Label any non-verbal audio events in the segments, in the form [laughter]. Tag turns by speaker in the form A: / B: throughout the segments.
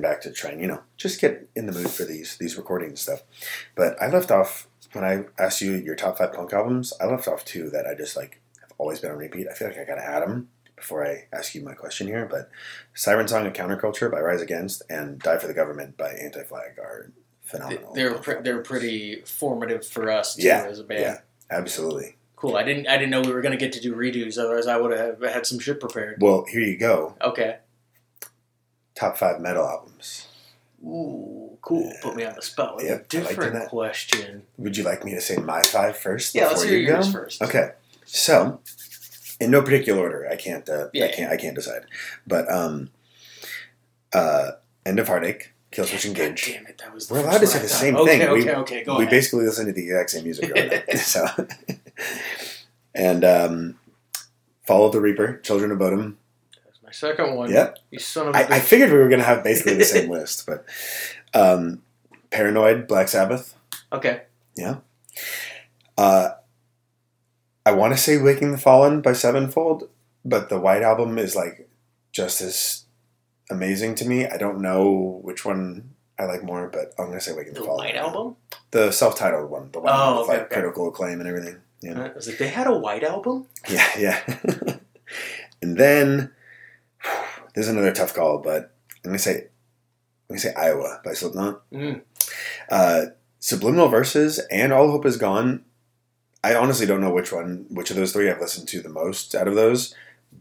A: back to trying, you know, just get in the mood for these these recordings and stuff. But I left off when I asked you your top five punk albums. I left off two that I just like have always been on repeat. I feel like I gotta add them before I ask you my question here. But "Siren Song of Counterculture" by Rise Against and "Die for the Government" by Anti Flag are phenomenal.
B: They're
A: punk
B: pre- they're
A: albums.
B: pretty formative for us too
A: Oh, Yeah,
B: as a band.
A: yeah. absolutely.
B: Cool. I didn't I didn't know we were gonna get to do redos. Otherwise, I would have had some shit prepared.
A: Well, here you go.
B: Okay.
A: Top five metal albums.
B: Ooh, cool. Put me on the spot with
A: Yep, I
B: a
A: like
B: different
A: that.
B: question.
A: Would you like me to say my five first?
B: Yeah, let's
A: before
B: hear
A: you go?
B: yours first.
A: Okay, so in no particular order, I can't. Uh,
B: Yeah.
A: I can't. I can't decide. But um, uh, end of heartache, kill switch
B: God
A: engage.
B: damn it, that was. The
A: We're allowed
B: first
A: to say
B: one I
A: the
B: thought.
A: same
B: okay,
A: thing.
B: Okay,
A: We-
B: okay, go
A: We
B: ahead.
A: basically listen to the exact same music growing
B: [laughs]
A: up. so, and um, follow the reaper, children of Bodom.
B: That's my second one.
A: Yep,
B: You son of a
A: I, I
B: bitch.
A: figured we were gonna have basically the
B: [laughs]
A: same list, but um, paranoid, Black Sabbath.
B: okay.
A: Uh, I want to say "Waking the Fallen" by Sevenfold, but the White Album is like just as amazing to me. I don't know which one I like more, but I'm gonna say "Waking the,
B: The
A: Fallen."
B: White Album.
A: the self-titled one, the one
B: Oh,
A: with
B: okay,
A: like
B: okay.
A: critical acclaim and everything. Yeah,
B: I was like, Uh, they had a White Album.
A: yeah, [laughs] yeah. and then there's another tough call, but I'm gonna say I'm gonna say "Iowa" by Slipknot.
B: Mm.
A: Uh, Subliminal Verses and All Hope Is Gone. I honestly don't know which one, which of those three I've listened to the most out of those,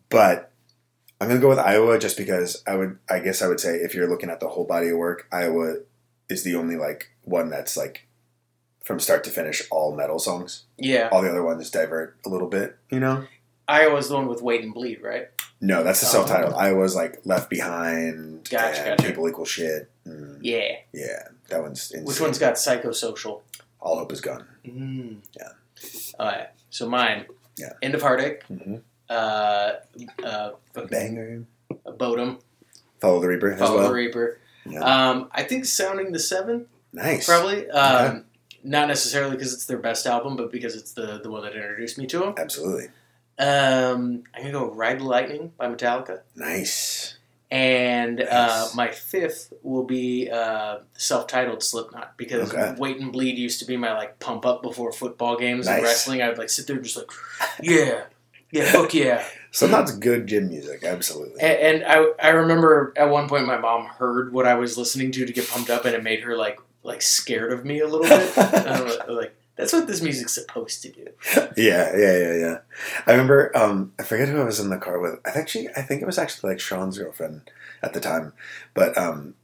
A: but I'm gonna go with Iowa just because I would, I guess I would say if you're looking at the whole body of work, Iowa is the only like one that's like from start to finish all metal songs.
B: Yeah,
A: All the other ones divert a little bit, you know.
B: Iowa's the one with Wait and Bleed, right?
A: No, that's the
B: Oh.
A: self-titled. Iowa's like Left Behind,
B: Gotcha,
A: and
B: gotcha.
A: People Equal Shit. Mm, yeah.
B: Yeah.
A: that one's insane.
B: Which one's got Psychosocial?
A: All Hope Is Gone.
B: Mm.
A: Yeah.
B: All right. So mine.
A: Yeah.
B: End of Heartache.
A: hmm
B: Uh, uh,
A: Banger.
B: Bodum.
A: Follow the Reaper
B: Follow
A: as well.
B: the Reaper.
A: Yeah.
B: Um, I think Sounding the Seventh
A: nice.
B: probably. Um, Not necessarily because it's their best album, but because it's the the one that introduced me to them.
A: Absolutely.
B: Um, I'm gonna go Ride the Lightning by Metallica,
A: Nice.
B: and uh,
A: Nice.
B: my fifth will be uh, self-titled Slipknot because
A: Okay.
B: Wait and Bleed used to be my like pump up before football games and
A: Nice.
B: wrestling. I'd like sit there just like, [laughs] yeah, yeah, fuck yeah.
A: So that's good gym music. Absolutely.
B: And, and I I remember at one point my mom heard what I was listening to to get pumped up, and it made her like like scared of me a
A: [laughs]
B: little bit. And I was like that's what this music's supposed to do.
A: yeah, yeah, yeah, yeah. I remember. Um, I forget who I was in the car with. I think she. I think it was actually like Sean's girlfriend at the time. But um,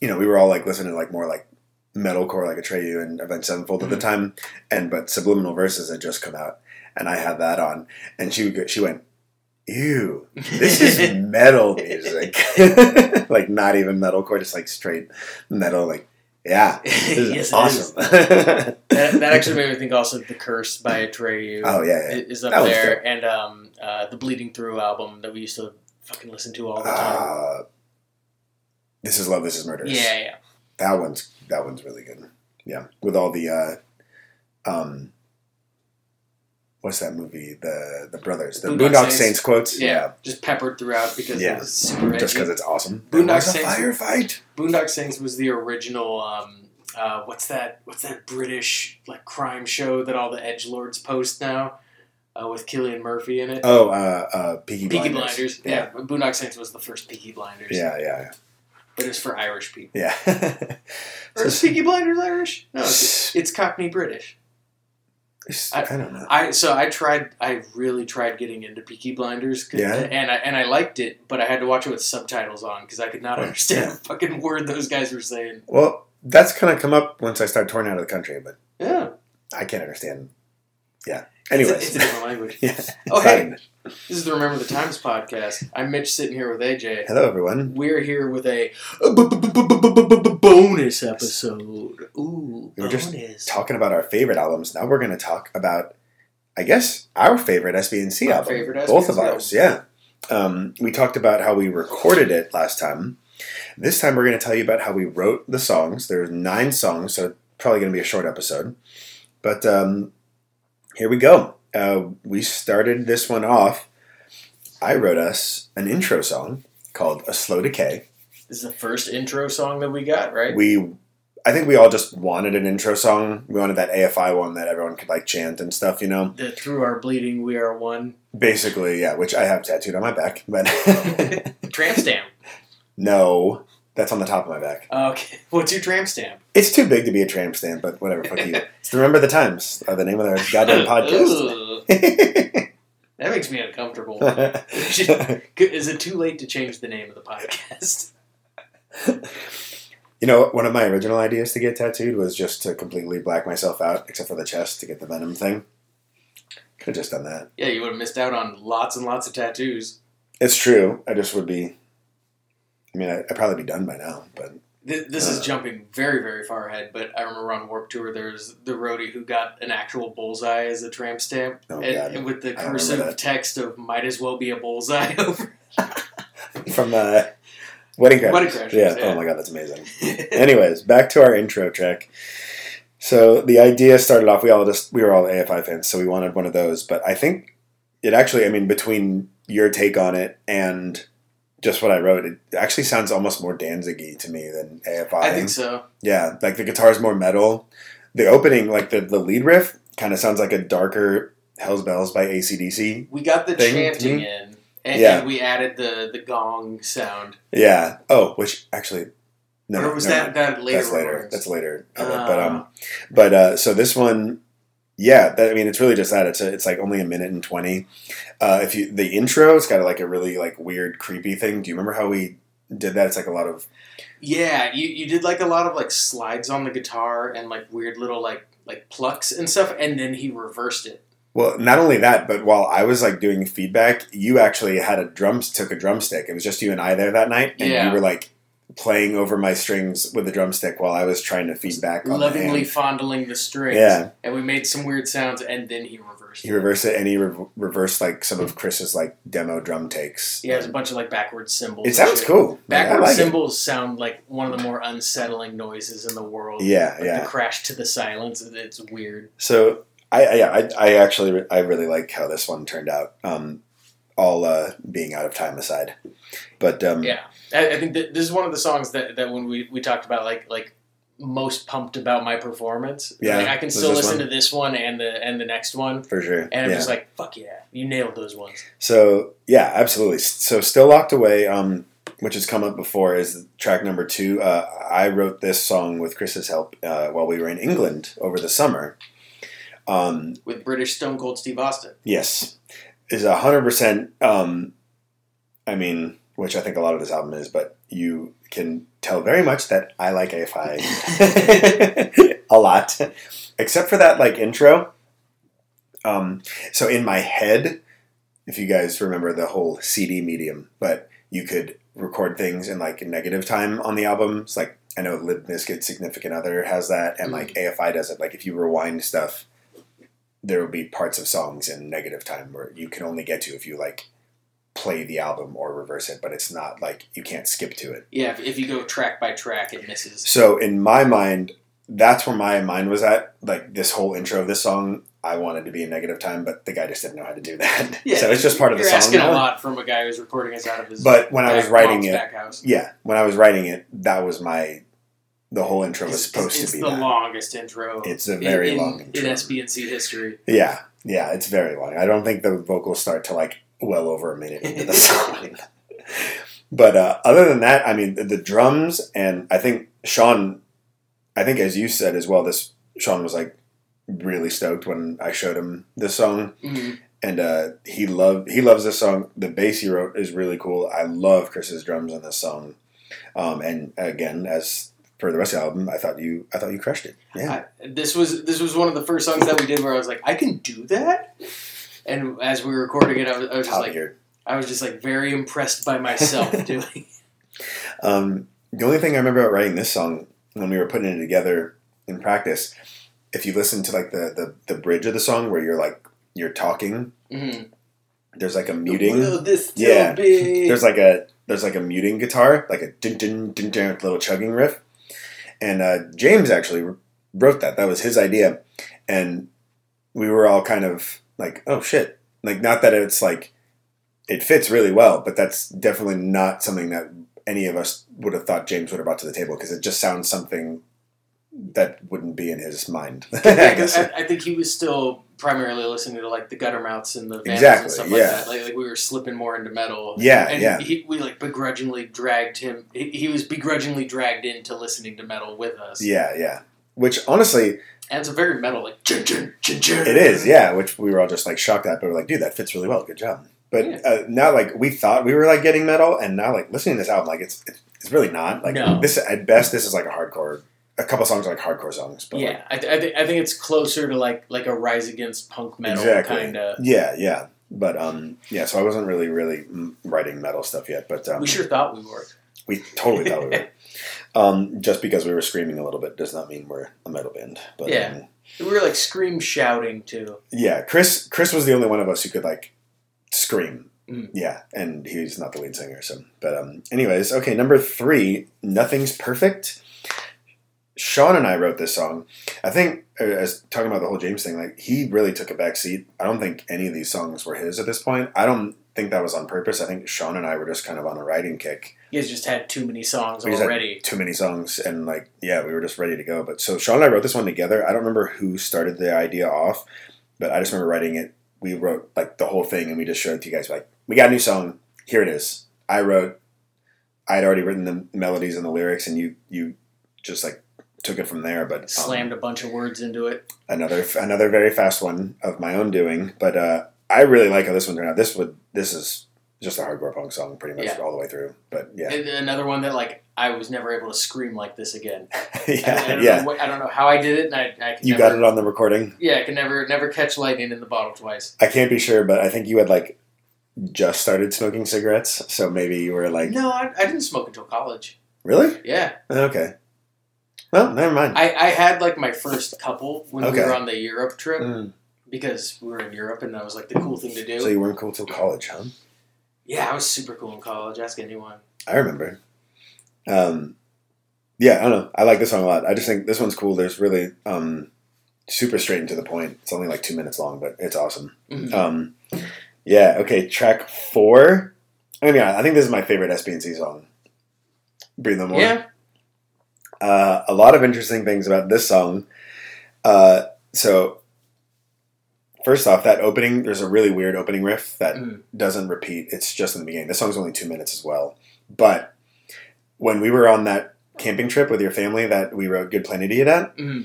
A: you know, we were all like listening to like more like metalcore, like Atreyu and Event Sevenfold at the
B: Mhm.
A: time. And but Subliminal Verses had just come out, and I had that on, and she would go- she went, "Ew, this
B: [laughs]
A: is metal music. [laughs] like not even metalcore, just like straight metal. Like yeah, this is
B: [laughs] Yes, it
A: awesome. [laughs]
B: that, that actually made me think also of the curse by Atreyu.
A: oh yeah, yeah.
B: is up
A: That was
B: there, and um, uh, the Bleeding Through album that we used to fucking listen to all the time.
A: Uh, this is love. This is murderous.
B: yeah, yeah,
A: that one's that one's really good. Yeah, with all the uh, um, what's that movie? The the brothers, the Boondock, Saints. quotes.
B: yeah, Just peppered throughout because
A: Yeah.
B: it was super
A: just because
B: edgy.
A: it's awesome.
B: Boondock
A: There was a
B: Saints-
A: firefight.
B: Boondock Saints was the original. Um, uh, what's that? What's that British like crime show that all the edge lords post now uh, with Killian Murphy in it?
A: Oh, uh, uh, Peaky,
B: Peaky
A: Blinders.
B: Blinders. Yeah. Boondock Saints was the first Peaky Blinders.
A: yeah, yeah,
B: but it's for Irish people.
A: yeah. [laughs] yeah. [laughs]
B: Or is Peaky Blinders Irish? No, it's, it's Cockney British.
A: It's-
B: I-
A: I, don't know.
B: I so I tried. I really tried getting into Peaky Blinders, 'cause-
A: Yeah.
B: and I and I liked it, but I had to watch it with subtitles on because I could not
A: Right,
B: understand
A: yeah.
B: a fucking word those guys were saying.
A: Well, that's kind of come up once I start touring out of the country, but
B: Yeah.
A: I can't understand. Yeah.
B: It's a-
A: Anyways. [laughs]
B: it's a different language.
A: yeah. it's
B: Oh
A: not
B: hey,
A: English.
B: this is the Remember the Times podcast. I'm Mitch sitting here with AJ.
A: Hello, everyone.
B: We're here with a b- b- b- b- b- b- b- bonus episode. Ooh,
A: We were just
B: bonus.
A: Talking about our favorite albums, now we're going to talc about, I guess, our favorite SBNC
B: Our
A: album.
B: favorite
A: Both of
B: SBNC
A: ours, yeah. Um, we talked about how we recorded it last time. This time, we're going to tell you about how we wrote the songs. There are nine songs, so probably going to be a short episode. But um, here we go. Uh, we started this one off. I wrote us an intro song called A Slow Decay
B: This is the first intro song that we got, right?
A: we I think we all just wanted an intro song. We wanted that AFI one that everyone could like chant and stuff, you know.
B: the, through our bleeding, we are one.
A: Basically, yeah, which I have tattooed on my back, but [laughs]
B: Tramp stamp.
A: no, that's on the top of my back.
B: Okay. What's your tramp stamp?
A: It's too big to be a tramp stamp, but whatever, fuck you. It's the Remember the Times, uh, the name of their goddamn podcast.
B: Ooh, that makes
A: [laughs]
B: me uncomfortable. Is it too late to change the name of the podcast? [laughs]
A: you know, one of my original ideas to get tattooed was just to completely black myself out, except for the chest to get the venom thing. Could have just done that.
B: Yeah, you would have missed out on lots and lots of tattoos.
A: It's true. I just would be. I mean, I, I'd probably be done by now, but
B: Th- This is
A: Uh.
B: jumping very, very far ahead, but I remember on Warp Tour, there was the roadie who got an actual bullseye as a tramp stamp,
A: Oh,
B: and,
A: God.
B: and with the
A: I remember
B: cursive
A: that.
B: text of "might as well be a bullseye" [laughs] over.
A: from uh, Wedding Crashers.
B: Wedding Crashers,
A: Yeah.
B: yeah.
A: Oh my god, that's amazing. Anyways, back to our intro track. So the idea started off. We all just we were all AFI fans, so we wanted one of those. But I think it actually. I mean, between your take on it and just what I wrote, it actually sounds almost more Danzig to me than AFI.
B: I think so.
A: Yeah, like the guitar's more metal. The opening, like the the lead riff, kind of sounds like a darker Hell's Bells by ACDC
B: We got the
A: Thing to
B: chanting
A: me?
B: in, and,
A: Yeah.
B: and we added the the gong sound.
A: Yeah. Oh, which actually, no,
B: or was
A: never mind.
B: that that later?
A: that's later.
B: recordings?
A: That's later.
B: Ah.
A: but um, but uh, so this one, yeah. That, I mean, it's really just that. It's a, it's like only a minute and twenty. Uh, if you the intro, it's got like a really like weird, creepy thing. Do you remember how we did that? It's like a lot of
B: Yeah, you, you did like a lot of like slides on the guitar and like weird little like like plucks and stuff, and then he reversed it.
A: well, not only that, but while I was like doing feedback, you actually had a drums took a drumstick. It was just you and I there that night, and
B: Yeah.
A: you were like playing over my strings with the drumstick while I was trying to feedback. on the
B: lovingly
A: amp.
B: fondling the strings.
A: Oh, Yeah.
B: And we made some weird sounds and then he reversed
A: he
B: it.
A: reversed it and he re- reversed like some of Chris's like demo drum takes.
B: He has a bunch of like backwards cymbals.
A: it
B: and
A: sounds
B: shit.
A: cool. Like, I
B: Backward
A: like it.
B: cymbals sound like one of the more unsettling noises in the world.
A: Yeah,
B: Like
A: yeah.
B: The crash to the silence. it- It's weird.
A: So I, I yeah, I, I actually re- I really like how this one turned out. Um, all uh, being out of time aside, but um,
B: Yeah. I, I think that this is one of the songs that, that when we, we talked about like like most pumped about my performance.
A: Yeah,
B: Like, I can
A: was
B: still
A: this
B: listen
A: one?
B: to this one and the and the next one.
A: for sure.
B: And I'm
A: yeah.
B: just like, fuck yeah, you nailed those ones.
A: so yeah, absolutely. So still locked away. Um, which has come up before is track number two. Uh, I wrote this song with Chris's help uh, while we were in England over the summer. Um,
B: With British Stone Cold Steve Austin.
A: Yes, is a hundred percent. Um, I mean, which I think a lot of this album is, but you can tell very much that I like AFI [laughs] a lot, except for that like intro. Um, so in my head, if you guys remember the whole CD medium, but you could record things in like negative time on the albums. Like I know Lib Biscuit Significant Other has that, and like AFI does it. Like if you rewind stuff, there will be parts of songs in negative time where you can only get to if you like play the album or reverse it, but it's not like you can't skip to it.
B: Yeah, if, if you go track by track, it misses.
A: So in my mind, that's where my mind was at. Like this whole intro of this song, I wanted to be in negative time, but the guy just didn't know how to do that.
B: [laughs] Yeah,
A: so it's just part of the
B: You're
A: song.
B: asking
A: now.
B: a lot from a guy who's recording us out of his.
A: But when I was
B: back-
A: writing
B: mom's
A: it,
B: back house.
A: yeah, when I was writing it, that was my the whole intro was supposed
B: it's, it's
A: to be
B: the
A: that.
B: longest intro.
A: It's a very
B: in,
A: long
B: in,
A: intro.
B: in SBNC history.
A: Yeah, yeah, it's very long. I don't think the vocals start to like well over a minute into
B: [laughs]
A: the song. but uh, other than that, I mean, the, the drums and I think Sean, I think as you said as well, this Sean was like really stoked when I showed him this song,
B: Mhm.
A: and uh, he loved he loves this song. The bass he wrote is really cool. I love Chris's drums on this song, um, and again as. For the rest of the album, I thought you, I thought you crushed it. Yeah,
B: I- this was this was one of the first songs that we did where I was like, I can do that. And as we were recording it, I was, I was just
A: top
B: like,
A: gear.
B: I was just like very impressed
A: [laughs]
B: by myself doing. it.
A: Um, the only thing I remember about writing this song when we were putting it together in practice, if you listen to like the the, the bridge of the song where you're like you're talking,
B: Mhm.
A: there's like a
B: Will
A: muting.
B: this still
A: Yeah.
B: be?
A: There's like a there's like a muting guitar, like a dun dun dun dun little chugging riff, and uh, James actually wrote that. That was his idea, and we were all kind of like, oh shit! Like not that it's like it fits really well, but that's definitely not something that any of us would have thought James would have brought to the table because it just sounds something that wouldn't be in his mind. [laughs] I guess.
B: I, I think he was still primarily listening to like the gutter mouths and the Vandals
A: Exactly,
B: and stuff
A: yeah.
B: like that. Like, like we were slipping more into metal.
A: Yeah,
B: and
A: yeah.
B: He, we like begrudgingly dragged him. He, he was begrudgingly dragged into listening to metal with us.
A: Yeah, yeah. Which honestly,
B: and it's a very metal like. Chin, chin, chin, chin.
A: it is. Yeah, which we were all just like shocked at, but we're like, dude, that fits really well. Good job. But
B: Yeah.
A: uh, now, like, we thought we were like getting metal, and now, like, listening to this album, like, it's it's, it's really not. Like,
B: No.
A: this at best, this is like a hardcore. A couple songs are like hardcore songs, but like,
B: yeah, I, th- I, th- I think it's closer to like like a rise against punk metal
A: exactly.
B: kind of.
A: Yeah, yeah. But um, yeah. So I wasn't really, really mm, writing metal stuff yet, but um,
B: We sure thought we were.
A: We totally thought we
B: [laughs]
A: were. Um, just because we were screaming a little bit does not mean we're a metal band. But
B: Yeah.
A: um,
B: We were like scream shouting too.
A: yeah, Chris Chris was the only one of us who could like scream.
B: Mm.
A: Yeah, and he's not the lead singer, so but um anyways, okay, number three, Nothing's Perfect. Sean and I wrote this song. I think uh, as talking about the whole James thing, like he really took a back seat. I don't think any of these songs were his at this point. I don't think that was on purpose. I think Sean and I were just kind of on a writing kick
B: You guys just had too many songs
A: We just had-
B: already.
A: too many songs and like yeah we were just ready to go but so sean and i wrote this one together i don't remember who started the idea off but i just remember writing it we wrote like the whole thing and we just showed it to you guys like we got a new song here it is i wrote i had already written the melodies and the lyrics and you you just like took it from there but um,
B: Slammed a bunch of words into it.
A: another another very fast one of my own doing but uh i really like how this one turned out this would this is just a hardcore punk song pretty much
B: Yeah.
A: all the way through but yeah [laughs]
B: And another one that like I was never able to scream like this again. I, I
A: [laughs] yeah
B: don't
A: yeah
B: Know what, I don't know how I did it, and I, I can
A: you
B: never,
A: got it on the recording
B: Yeah, I can never never catch lightning in the bottle twice.
A: I can't be sure, but I think you had like just started smoking cigarettes, so maybe you were like,
B: No, I, I didn't smoke until college.
A: really?
B: Yeah,
A: Okay. Well, never mind.
B: I, I had like my first couple when we
A: Okay.
B: were on the Europe trip
A: Mm.
B: because we were in Europe, and that was like the cool thing to do.
A: So you weren't cool till college, huh?
B: yeah, I was super cool in college. Ask anyone.
A: I remember. Um, yeah, I don't know. I like this song a lot. I just think this one's cool. There's really um, super straight and to the point. It's only like two minutes long, but it's awesome.
B: Mhm.
A: Um, yeah. Okay. Track four. I mean, yeah, I think this is my favorite SBNC song. Breathe No More.
B: yeah,
A: uh, a lot of interesting things about this song. Uh, so, first off, that opening, there's a really weird opening riff that
B: Mm.
A: doesn't repeat. It's just in the beginning. This song's only two minutes as well. But when we were on that camping trip with your family that we wrote Good Planet Idiot at,
B: Mhm.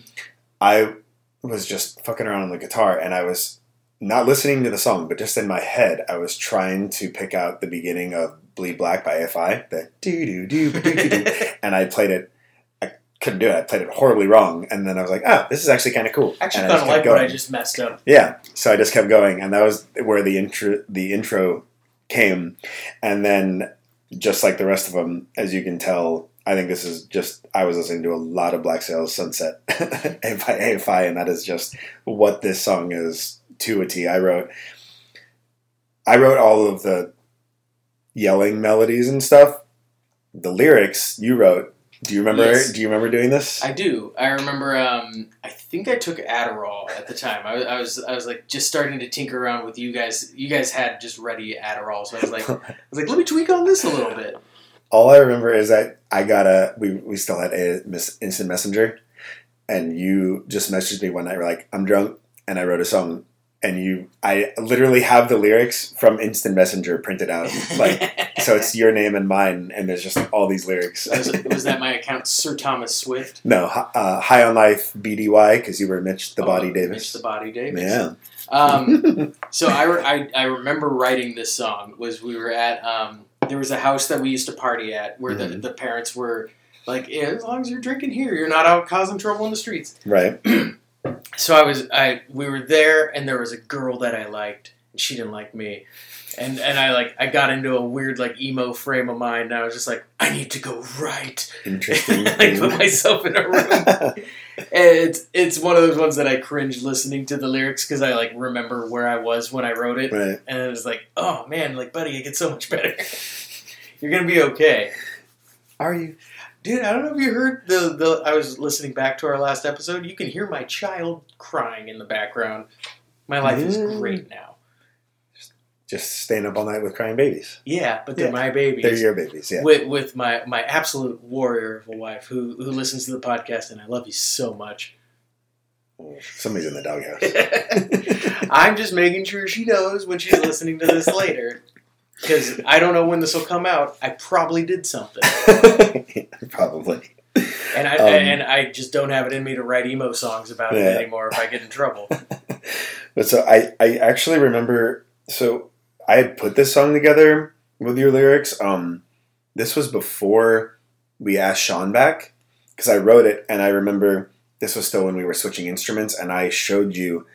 A: I was just fucking around on the guitar and I was not listening to the song, but just in my head, I was trying to pick out the beginning of Bleed Black by FI, the doo doo doo doo doo
B: [laughs]
A: doo and I played it. I couldn't do it. I played it horribly wrong, and then I was like, "Oh, this is actually kind of cool."
B: actually
A: and
B: kind of
A: just
B: like
A: kept
B: what I
A: going.
B: just messed up.
A: Yeah, so I just kept going, and that was where the intro the intro came, and then just like the rest of them, as you can tell, I think this is just I was listening to a lot of Black Sails Sunset [laughs] by AFI, and that is just what this song is to a T. I wrote I wrote all of the yelling melodies and stuff. The lyrics you wrote. Do you remember?
B: Yes.
A: Do you remember doing this?
B: I do. I remember. Um, I think I took Adderall at the time. I was, I was, I was like just starting to tinker around with you guys. You guys had just ready Adderall, so I was
A: [laughs]
B: like, I was like, let me tweak on this a little bit.
A: All I remember is that I got a we, we still had a miss, instant messenger, and you just messaged me one night. We're like, I'm drunk, and I wrote a song, and you I literally have the lyrics from instant messenger printed
B: [laughs]
A: out, like so it's your name and mine, and there's just all these lyrics. [laughs]
B: was, was that my account, Sir Thomas Swift?
A: no, hi- uh, high on life BDY because you were Mitch the
B: Oh,
A: Body
B: Mitch
A: Davis.
B: the Body Davis.
A: yeah,
B: Um, so I, re- I, I remember writing this song was we were at um, there was a house that we used to party at where the,
A: Mhm.
B: the parents were like, yeah, as long as you're drinking here, you're not out causing trouble in the streets.
A: [laughs] right.
B: so I was I we were there and there was a girl that I liked and she didn't like me. And and I like I got into a weird like emo frame of mind and I was just like, I need to go right. [laughs]
A: Interesting.
B: I put myself in
A: [laughs]
B: a room. And it's it's one of those ones that I cringe listening to the lyrics because I like remember where I was when I wrote it.
A: right.
B: And it was like, oh man, like buddy, it gets so much better. You're gonna be okay.
A: Are you?
B: Dude, I don't know if you heard the, the I was listening back to our last episode. You can hear my child crying in the background. My life is
A: Really?
B: great now.
A: just staying up all night with crying babies.
B: Yeah, but they're
A: Yeah.
B: my babies.
A: They're your babies, yeah.
B: With, with my, my absolute warrior of a wife who, who listens to the podcast, and I love you so much.
A: Somebody's in the doghouse.
B: I'm just making sure she knows when she's listening to this later. Because I don't know when this will come out. I probably did something.
A: [laughs] Probably.
B: And I,
A: Um,
B: and I just don't have it in me to write emo songs about
A: Yeah.
B: it anymore if I get in [laughs] trouble.
A: But so I, I actually remember. So I had put this song together with your lyrics. Um, this was before we asked Sean back because I wrote it, and I remember this was still when we were switching instruments, and I showed you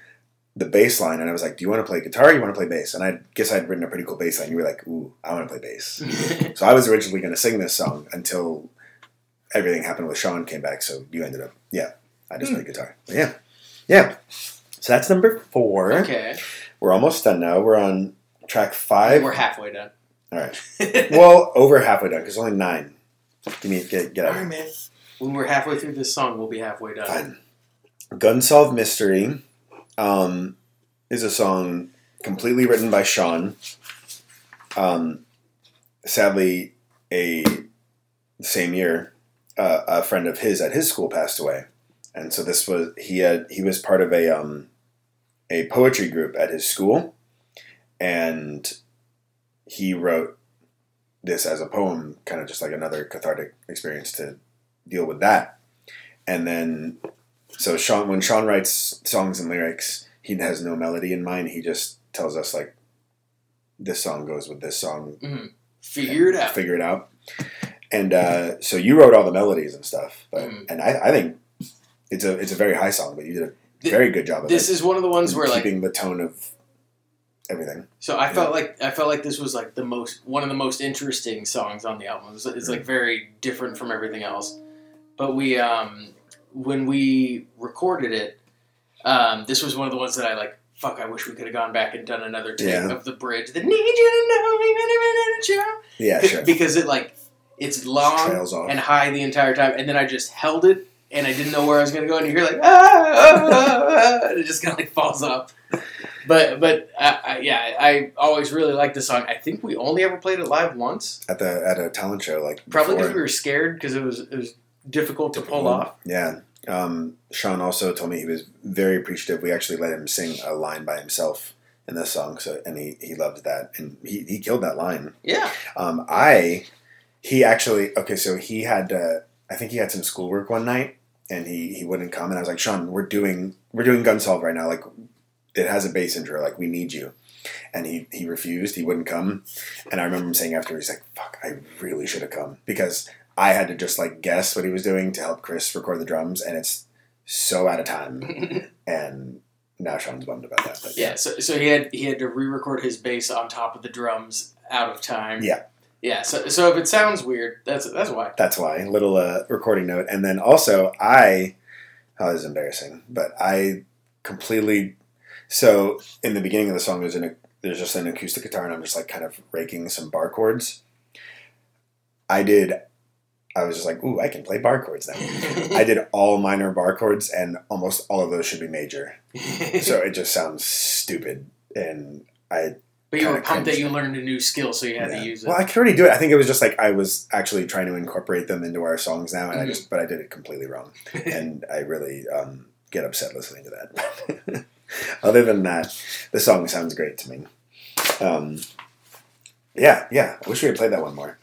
A: the bass line, and I was like, "Do you want to play guitar? Or you want to play bass?" And I guess I'd written a pretty cool bass line. You were like, "Ooh, I want to play bass." so I was originally going to sing this song until everything happened with Sean came back. So you ended up, yeah, I just
B: Hmm.
A: played guitar. But yeah, yeah. So that's number four.
B: okay.
A: We're almost done now. We're on track five.
B: We're halfway done.
A: All right.
B: [laughs] All
A: Well, over halfway done because only nine. Give me get get
B: right,
A: out.
B: man. When we're halfway through this song, we'll be halfway done.
A: Fine. Gunsolve Mystery um, is a song completely written by Sean. Um, sadly, a same year, uh, a friend of his at his school passed away, and so this was he had he was part of a um, a poetry group at his school, and he wrote this as a poem, kind of just like another cathartic experience to deal with that. And then, so Sean, when Sean writes songs and lyrics, he has no melody in mind. He just tells us like, this song goes with this song,
B: Figure it out.
A: figure it out. And uh, so you wrote all the melodies and stuff, but
B: Mhm.
A: and I, I think it's a it's a very high song, but you did a
B: Th-
A: very good job of
B: this
A: it,
B: is one of the ones where like
A: keeping the tone of everything.
B: so i felt like i felt like this was like the most one of the most interesting songs on the album it's, it's like very different from everything else but we um when we recorded it um this was one of the ones that i like fuck i wish we could have gone back and done another take
A: Yeah.
B: of the bridge that need you to know even if
A: Yeah,
B: it
A: sure.
B: ain't true [laughs] because it like it's long
A: Trails off.
B: and high the entire time, and then I just held it, and I didn't know where I was gonna go, and you hear like ah, ah, ah, [laughs] ah," and it just kind of like falls off. But but I, I, yeah, I always really liked the song. I think we only ever played it live once,
A: at the at a talent show like
B: probably
A: before. Mm-hmm.
B: because we were scared because it was it was difficult to pull off.
A: Yeah. Um, Sean also told me he was very appreciative. We actually let him sing a line by himself in this song, so and he, he loved that and he, he killed that line.
B: Yeah,
A: Um, I, he actually, okay, so he had, uh, I think he had some schoolwork one night and he, he wouldn't come. And I was like, Sean, we're doing, we're doing gun solve right now. Like it has a bass intro. Like we need you. And he, he refused. He wouldn't come. And I remember him saying after he's like, fuck, I really should have come because I had to just like guess what he was doing to help Chris record the drums. And it's so out of time. and now Sean's bummed about that. But
B: yeah. So so he had he had to re-record his bass on top of the drums out of time.
A: Yeah.
B: yeah. So so if it sounds weird, that's that's why.
A: That's why. Little uh, recording note. And then also, I. Oh, this is embarrassing. But I completely. So in the beginning of the song, there's an there's just an acoustic guitar, and I'm just like kind of raking some bar chords. I did. I was just like, ooh, I can play bar chords now. I did all minor bar chords, and almost all of those should be major. [laughs] So it just sounds stupid, and I
B: [laughs] but you were
A: kinda
B: pumped that
A: cringed.
B: you learned a new skill, so you had
A: yeah.
B: to use it.
A: Well, I could already do it. I think it was just like I was actually trying to incorporate them into our songs now, and I
B: Mhm.
A: just but I did it completely wrong, and I really um, get upset listening to that. [laughs] Other than that, the song sounds great to me. Um, yeah, yeah. I wish we had played that one more.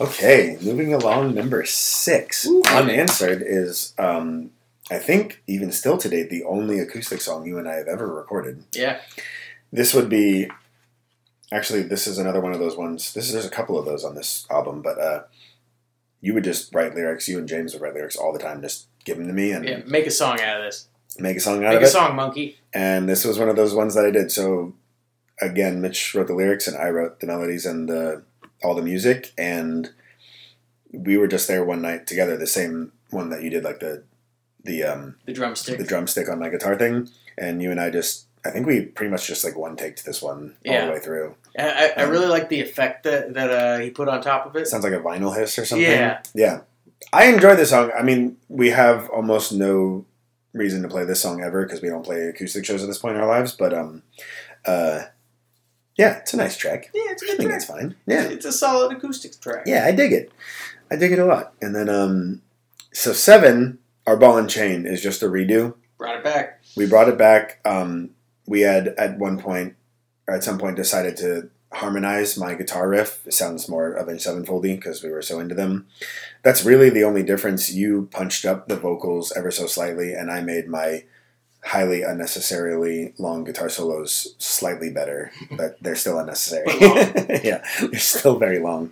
A: Okay, moving along. Number six,
B: Ooh.
A: unanswered is. Um, I think even still to date, the only acoustic song you and I have ever recorded
B: yeah.
A: this would be actually this is another one of those ones this is there's a couple of those on this album but uh you would just write lyrics you and james would write lyrics all the time just give them to me and
B: Yeah, make a song out of this.
A: make a song out
B: Make
A: of
B: a
A: it
B: song, monkey.
A: and this was one of those ones that i did so again mitch wrote the lyrics and i wrote the melodies and the all the music and we were just there one night together the same one that you did like the the um
B: The drumstick.
A: the drumstick on my guitar thing and you and i just i think we pretty much just like one take to this one all
B: Yeah.
A: the way through
B: I, I I really like the effect that that uh, he put on top of it.
A: It sounds like a vinyl hiss or something.
B: Yeah.
A: Yeah. I enjoy this song. I mean, we have almost no reason to play this song ever because we don't play acoustic shows at this point in our lives, but um uh Yeah, it's a nice track.
B: Yeah, it's a
A: I
B: good
A: think
B: track.
A: it's fine. Yeah,
B: It's a solid acoustics track.
A: yeah, I dig it. I dig it a lot. And then, um, so seven, our ball and chain is just a redo.
B: Brought it back.
A: We brought it back. Um, we had at one point, or at some point, decided to harmonize my guitar riff. It sounds more of a sevenfoldy because we were so into them. That's really the only difference. You punched up the vocals ever so slightly, and I made my highly unnecessarily long guitar solos slightly
B: [laughs]
A: better, but they're still unnecessary.
B: But long.
A: [laughs] yeah, they're still very long.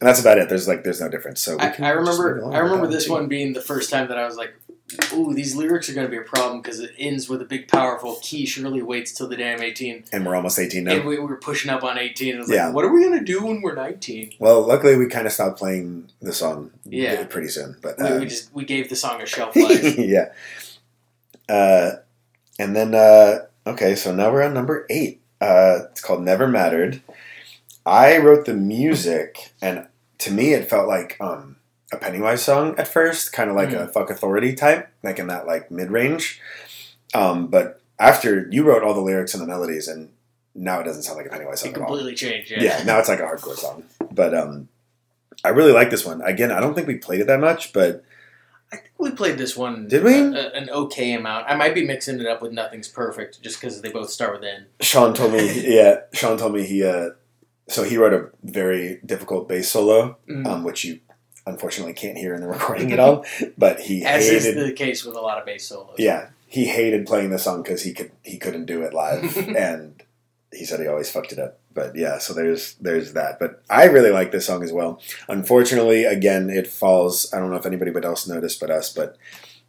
A: And that's about it. There's like there's no difference. So we
B: I,
A: can
B: I
A: just move
B: remember.
A: along
B: I
A: with
B: remember
A: that
B: this
A: too.
B: one being the first time that I was like, "Ooh, these lyrics are going to be a problem because it ends with a big, powerful key. Surely waits till the damn 18."
A: And we're almost 18 now.
B: And we, we were pushing up on 18. I was
A: Yeah.
B: like, "What are we going to do when we're 19?"
A: Well, luckily we kind of stopped playing the song
B: Yeah.
A: d- pretty soon, but
B: We,
A: uh,
B: we just we gave the song a
A: [laughs]
B: shelf life.
A: yeah. Uh, and then uh, okay, so now we're on number eight. Uh, it's called Never Mattered. I wrote the music, and to me, it felt like um, a Pennywise song at first, kind of like
B: Hmm.
A: a Fuck Authority type, like in that like mid range. Um, but after you wrote all the lyrics and the melodies, and now it doesn't sound like a Pennywise song
B: it
A: at all
B: completely changed. Yeah.
A: yeah, now it's like a hardcore song. But um, I really like this one. Again, I don't think we played it that much, but
B: I think we played this one.
A: Did we?
B: a- a- an okay amount. I might be mixing it up with Nothing's Perfect just because they both start with N.
A: Sean told
B: [laughs]
A: me, yeah, Sean told me he uh, so he wrote a very difficult bass solo,
B: Mm.
A: um, which you unfortunately can't hear in the [laughs] recording
B: [laughs]
A: at all. But he
B: As
A: hated,
B: is the case with a lot of bass solos.
A: yeah, he hated playing the song because he could he couldn't do it
B: [laughs]
A: live, and he said he always fucked it up. But yeah, so there's there's that. But I really like this song as well. Unfortunately, again, it falls. I don't know if anybody but else noticed, but us. But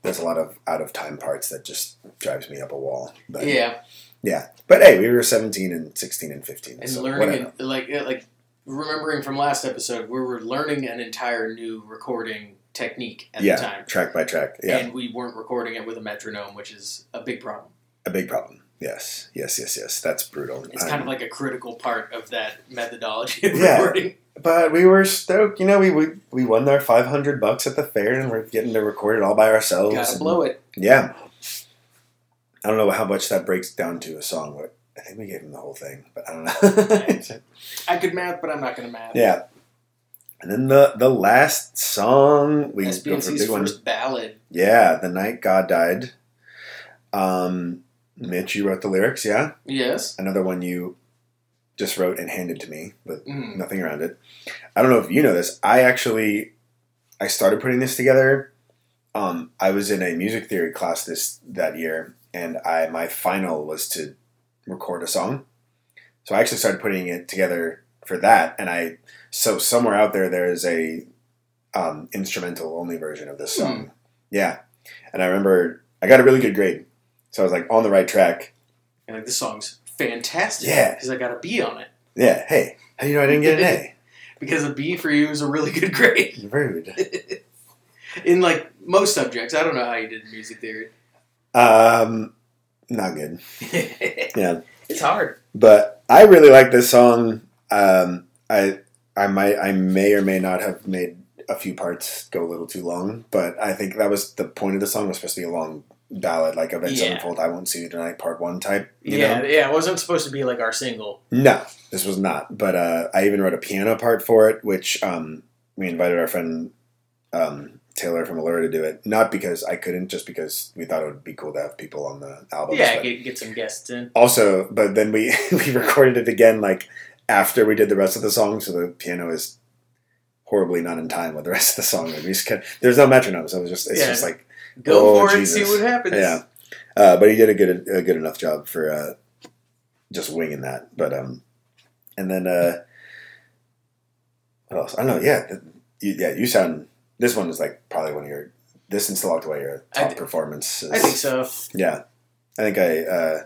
A: there's a lot of out of time parts that just drives me up a wall. But,
B: Yeah,
A: yeah. But hey, we were 17 and 16 and 15.
B: and
A: so what I
B: learning
A: know.
B: it, like uh, like remembering from last episode, we were learning an entire new recording technique at
A: yeah,
B: the time,
A: track by track. Yeah,
B: and we weren't recording it with a metronome, which is a big problem.
A: a big problem. Yes, yes, yes, yes. That's brutal.
B: It's kind of
A: Um,
B: like a critical part of that methodology of
A: Yeah.
B: [laughs] recording.
A: But we were stoked, you know. We we, we won our five hundred bucks at the fair, and we're getting to record it all by ourselves.
B: Gotta
A: and- [laughs]
B: blow it.
A: Yeah, I don't know how much that breaks down to a song. But I think we gave him the whole thing, but I don't know. [laughs]
B: I could math, but I'm not gonna math.
A: yeah, and then the the last song we go for a
B: SBNC's
A: big one.
B: first ballad.
A: Yeah, the night God died. Um, Mitch, you wrote the lyrics. Yeah,
B: Yes.
A: another one you just wrote and handed to me with
B: Mm.
A: nothing around it. I don't know if you know this. I actually I started putting this together. Um, I was in a music theory class this that year, and I my final was to record a song. So I actually started putting it together for that, and I so somewhere out there there is a um, instrumental only version of this song. Yeah, and I remember I got a really good grade, so I was like on the right track.
B: And like this song's fantastic.
A: Yeah.
B: Because I got a B on it.
A: Yeah, hey, how do you know I didn't get an A?
B: Because a B for you is a really good grade. [laughs]
A: Rude.
B: in like most subjects. I don't know how you did in music
A: [laughs]
B: theory.
A: Um, not good. Yeah.
B: it's hard.
A: But I really like this song. Um, I I might I may or may not have made a few parts go a little too long, but I think that was the point of the song was supposed to be a long ballad, like Event
B: Yeah.
A: Sevenfold, I Won't See You Tonight, Part One type. You
B: yeah,
A: know?
B: yeah. It wasn't supposed to be like our single.
A: No, this was not. But uh, I even wrote a piano part for it, which um, we invited our friend um, Taylor from Allure to do it. Not because I couldn't, just because we thought it would be cool to have people on the album.
B: yeah,
A: but-
B: get, get some guests in.
A: also but then we [laughs] we recorded it again like after we did the rest of the song so the piano is horribly not in time with the rest of the song Like, we just kind there's no metronome so it was just it's
B: Yeah.
A: just like
B: Go
A: Oh,
B: for it and
A: Jesus.
B: see what happens.
A: yeah uh, but he did a good a good enough job for uh, just winging that but um and then uh what else i don't know yeah th- you, yeah you sound this one is like probably one of your this and still locked away your
B: I
A: top
B: thi-
A: performances
B: I think so.
A: yeah, I think I uh,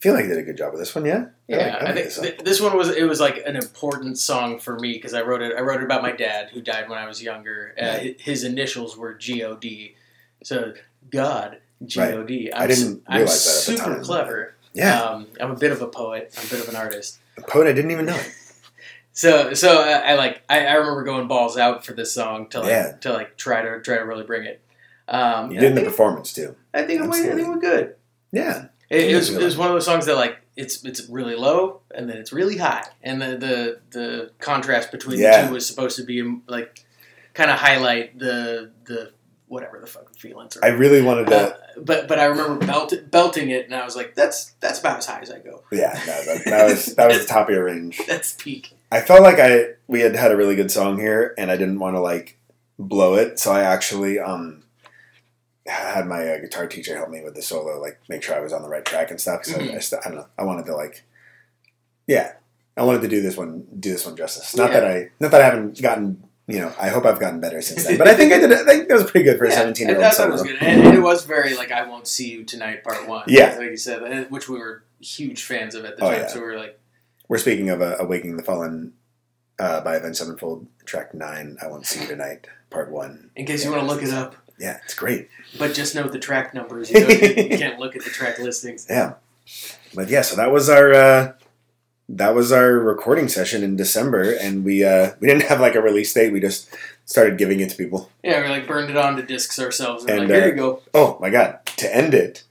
A: feel like I did a good job with this one. Yeah, like-
B: Yeah, I
A: like
B: think
A: this one.
B: th- this one was it was like an important song for me because I wrote it. I wrote it about my dad who died when I was younger. Uh,
A: Right.
B: hi- His initials were G O D, so God G
A: Right.
B: O D.
A: I didn't
B: am
A: realize that at the
B: super
A: time.
B: clever.
A: yeah.
B: Um, I'm a bit of a poet. I'm a bit of an artist.
A: A poet, I didn't even know
B: [laughs]
A: it.
B: So so I, I like I, I remember going balls out for this song to like
A: Yeah.
B: to like try to try to really bring it. Um,
A: You
B: and
A: did in the
B: I think,
A: performance too.
B: I think it went, I think it went good.
A: Yeah,
B: It, it
A: Yeah,
B: was
A: it's
B: it was one of those songs that like it's it's really low and then it's really high, and the the, the contrast between
A: Yeah.
B: the two was supposed to be um, like kind of highlight the the whatever the fucking feelings are.
A: I really wanted to.
B: Uh, but but I remember belt, belting it, and I was like, "That's that's about as high as I go.
A: Yeah, no, that, that was that was the top of your range.
B: That's peak."
A: I felt like I we had had a really good song here, and I didn't want to like blow it, so I actually um had my uh, guitar teacher help me with the solo, like make sure I was on the right track and stuff. Because I,
B: Mhm.
A: st- I don't know, I wanted to like, yeah, I wanted to do this one, do this one justice. Not that I, not that I haven't gotten, you know, I hope I've gotten better since then, but I think I did. I think that was pretty good for a
B: Yeah,
A: seventeen year
B: I
A: old
B: thought that
A: solo.
B: was good, and, and it was very like "I won't see you tonight" part one.
A: Yeah.
B: like you said, and- which we were huge fans of at the
A: Oh,
B: time.
A: yeah.
B: So we were like,
A: We're speaking of uh, "Awakening the Fallen" uh, by Event Sevenfold, track nine. I won't see you tonight, part one.
B: in case you want to look it up,
A: Yeah, it's great.
B: but just note the track numbers. You,
A: [laughs]
B: know, you can't look at the track listings.
A: but yeah, so that was our uh, that was our recording session in December, and we uh, we didn't have like a release date. We just started giving it to people.
B: Yeah, we like burned it onto discs ourselves, and,
A: And,
B: like, here
A: uh,
B: you go.
A: Oh my god! To end it,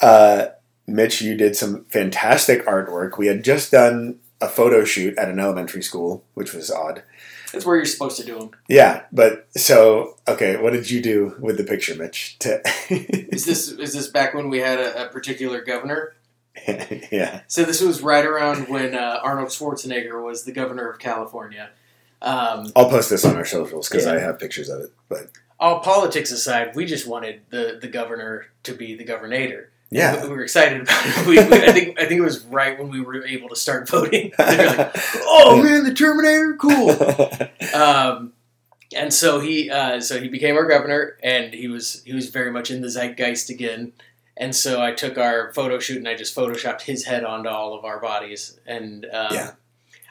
A: uh, Mitch, you did some fantastic artwork. We had just done a photo shoot at an elementary school, which was odd.
B: That's where you're supposed to do them.
A: Yeah, but so okay, what did you do with the picture, Mitch? To [laughs]
B: Is this is this back when we had a, a particular governor?
A: yeah,
B: So this was right around when uh, Arnold Schwarzenegger was the governor of California. Um,
A: I'll post this on our socials because I
B: Yeah.
A: have pictures of it. But
B: all politics aside, we just wanted the, the governor to be the governator.
A: yeah,
B: we, we were excited about it. We, we- I think I think it was right when we were able to start voting. [laughs] They
A: [laughs]
B: were like, "Oh man, the Terminator, cool!" Um, and so he uh, so he became our governor, and he was he was very much in the zeitgeist again. And so I took our photo shoot and I just photoshopped his head onto all of our bodies. And um,
A: Yeah.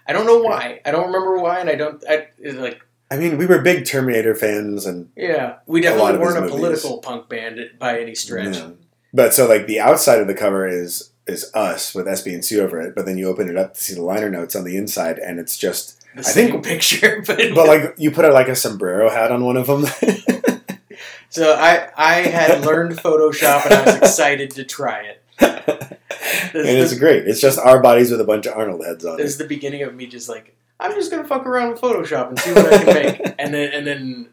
B: I don't know why. I don't remember why, and I don't. I it's like
A: I mean, we were big Terminator fans, and
B: yeah, we
A: lot
B: definitely
A: of his
B: weren't a
A: movies.
B: political punk band by any stretch.
A: Yeah. But so like the outside of the cover is is us with SBNC over it, but then you open it up to see the liner notes on the inside, and it's just
B: The
A: I think-
B: same [laughs] picture, but
A: [laughs] but like you put a, like a sombrero hat on one of them. [laughs]
B: So I I had learned Photoshop and
A: [laughs]
B: I was excited to try it.
A: and it's
B: This, this,
A: great. It's just our bodies with a bunch of Arnold heads on [laughs]
B: this
A: it.
B: is the beginning of me just like I'm just gonna fuck around with Photoshop and see what I can make, and then and then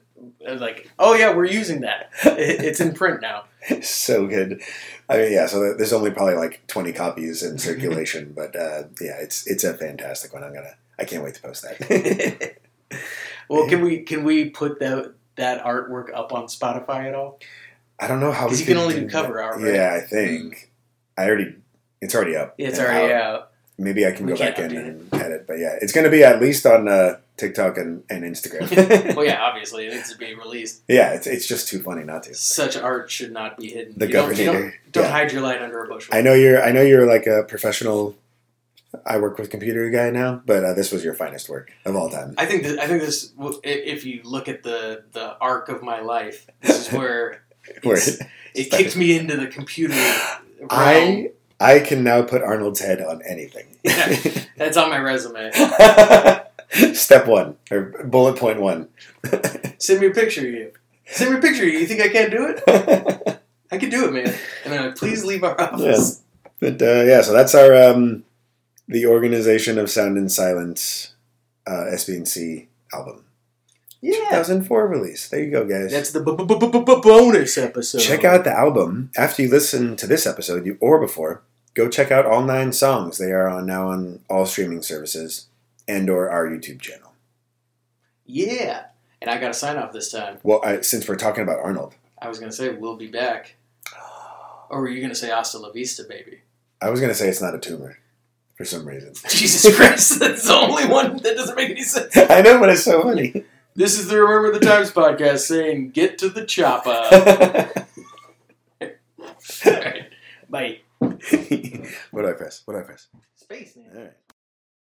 B: uh, like oh yeah we're using that it, it's in print now.
A: so good. I mean, yeah. So there's only probably like 20 copies
B: [laughs]
A: in circulation, but uh, yeah, it's it's a fantastic one. I'm gonna. I can't wait to post that.
B: [laughs] Well, can we can we put that that artwork up on Spotify at all?
A: I don't know how we
B: Because you can
A: could
B: only
A: do
B: do cover
A: that.
B: art. Right?
A: Yeah, I think I already. It's already up.
B: it's
A: and out.
B: already out.
A: Maybe I can
B: We
A: go
B: can't
A: back in
B: update
A: and edit, but yeah, it's going to be at least on uh, TikTok and, and
B: [laughs]
A: Instagram. [laughs]
B: Well, yeah, obviously it needs to be released.
A: yeah, it's, it's just too funny not to.
B: Such art should not be hidden.
A: The
B: You don't- you
A: governor.
B: Don't, don't
A: yeah.
B: hide your light under a bushel.
A: I know you're. I know you're like a professional. I work with computer guy now, but uh, this was your finest work of all time.
B: I think that, I think this. w- i- If you look at the the arc of my life,
A: [laughs]
B: this is where
A: Where-
B: it's- it kicked me into the computer. Realm.
A: I I can now put Arnold's head on anything.
B: Yeah. That's on my resume.
A: [laughs] Step one or bullet point one. [laughs]
B: Send me a picture of you. Send me a picture of you. You think I can't do it? I can do it, man. And then please leave our office.
A: But uh, yeah, so that's our um, the organization of sound and silence, uh, SBNC album.
B: Yeah.
A: 2004 release. There you go, guys.
B: That's the b- b- b- b- b- bonus episode.
A: check out the album after you listen to this episode you, or before. Go check out all nine songs. They are on now on all streaming services and or our YouTube channel.
B: Yeah. And I got to sign off this time.
A: Well, I, since we're talking about Arnold,
B: I was gonna say we'll be back. Or were you gonna say hasta la vista, baby? [laughs]
A: I was gonna say it's not a tumor for some reason. [laughs]
B: Jesus Christ, that's the only one that doesn't make any sense.
A: I know, but it's so funny. [laughs]
B: This is the Remember the Times podcast saying, get to
A: [laughs]
B: the chopper. All right. Bye.
A: what do I press? What do I press?
B: Space, man.
A: All right.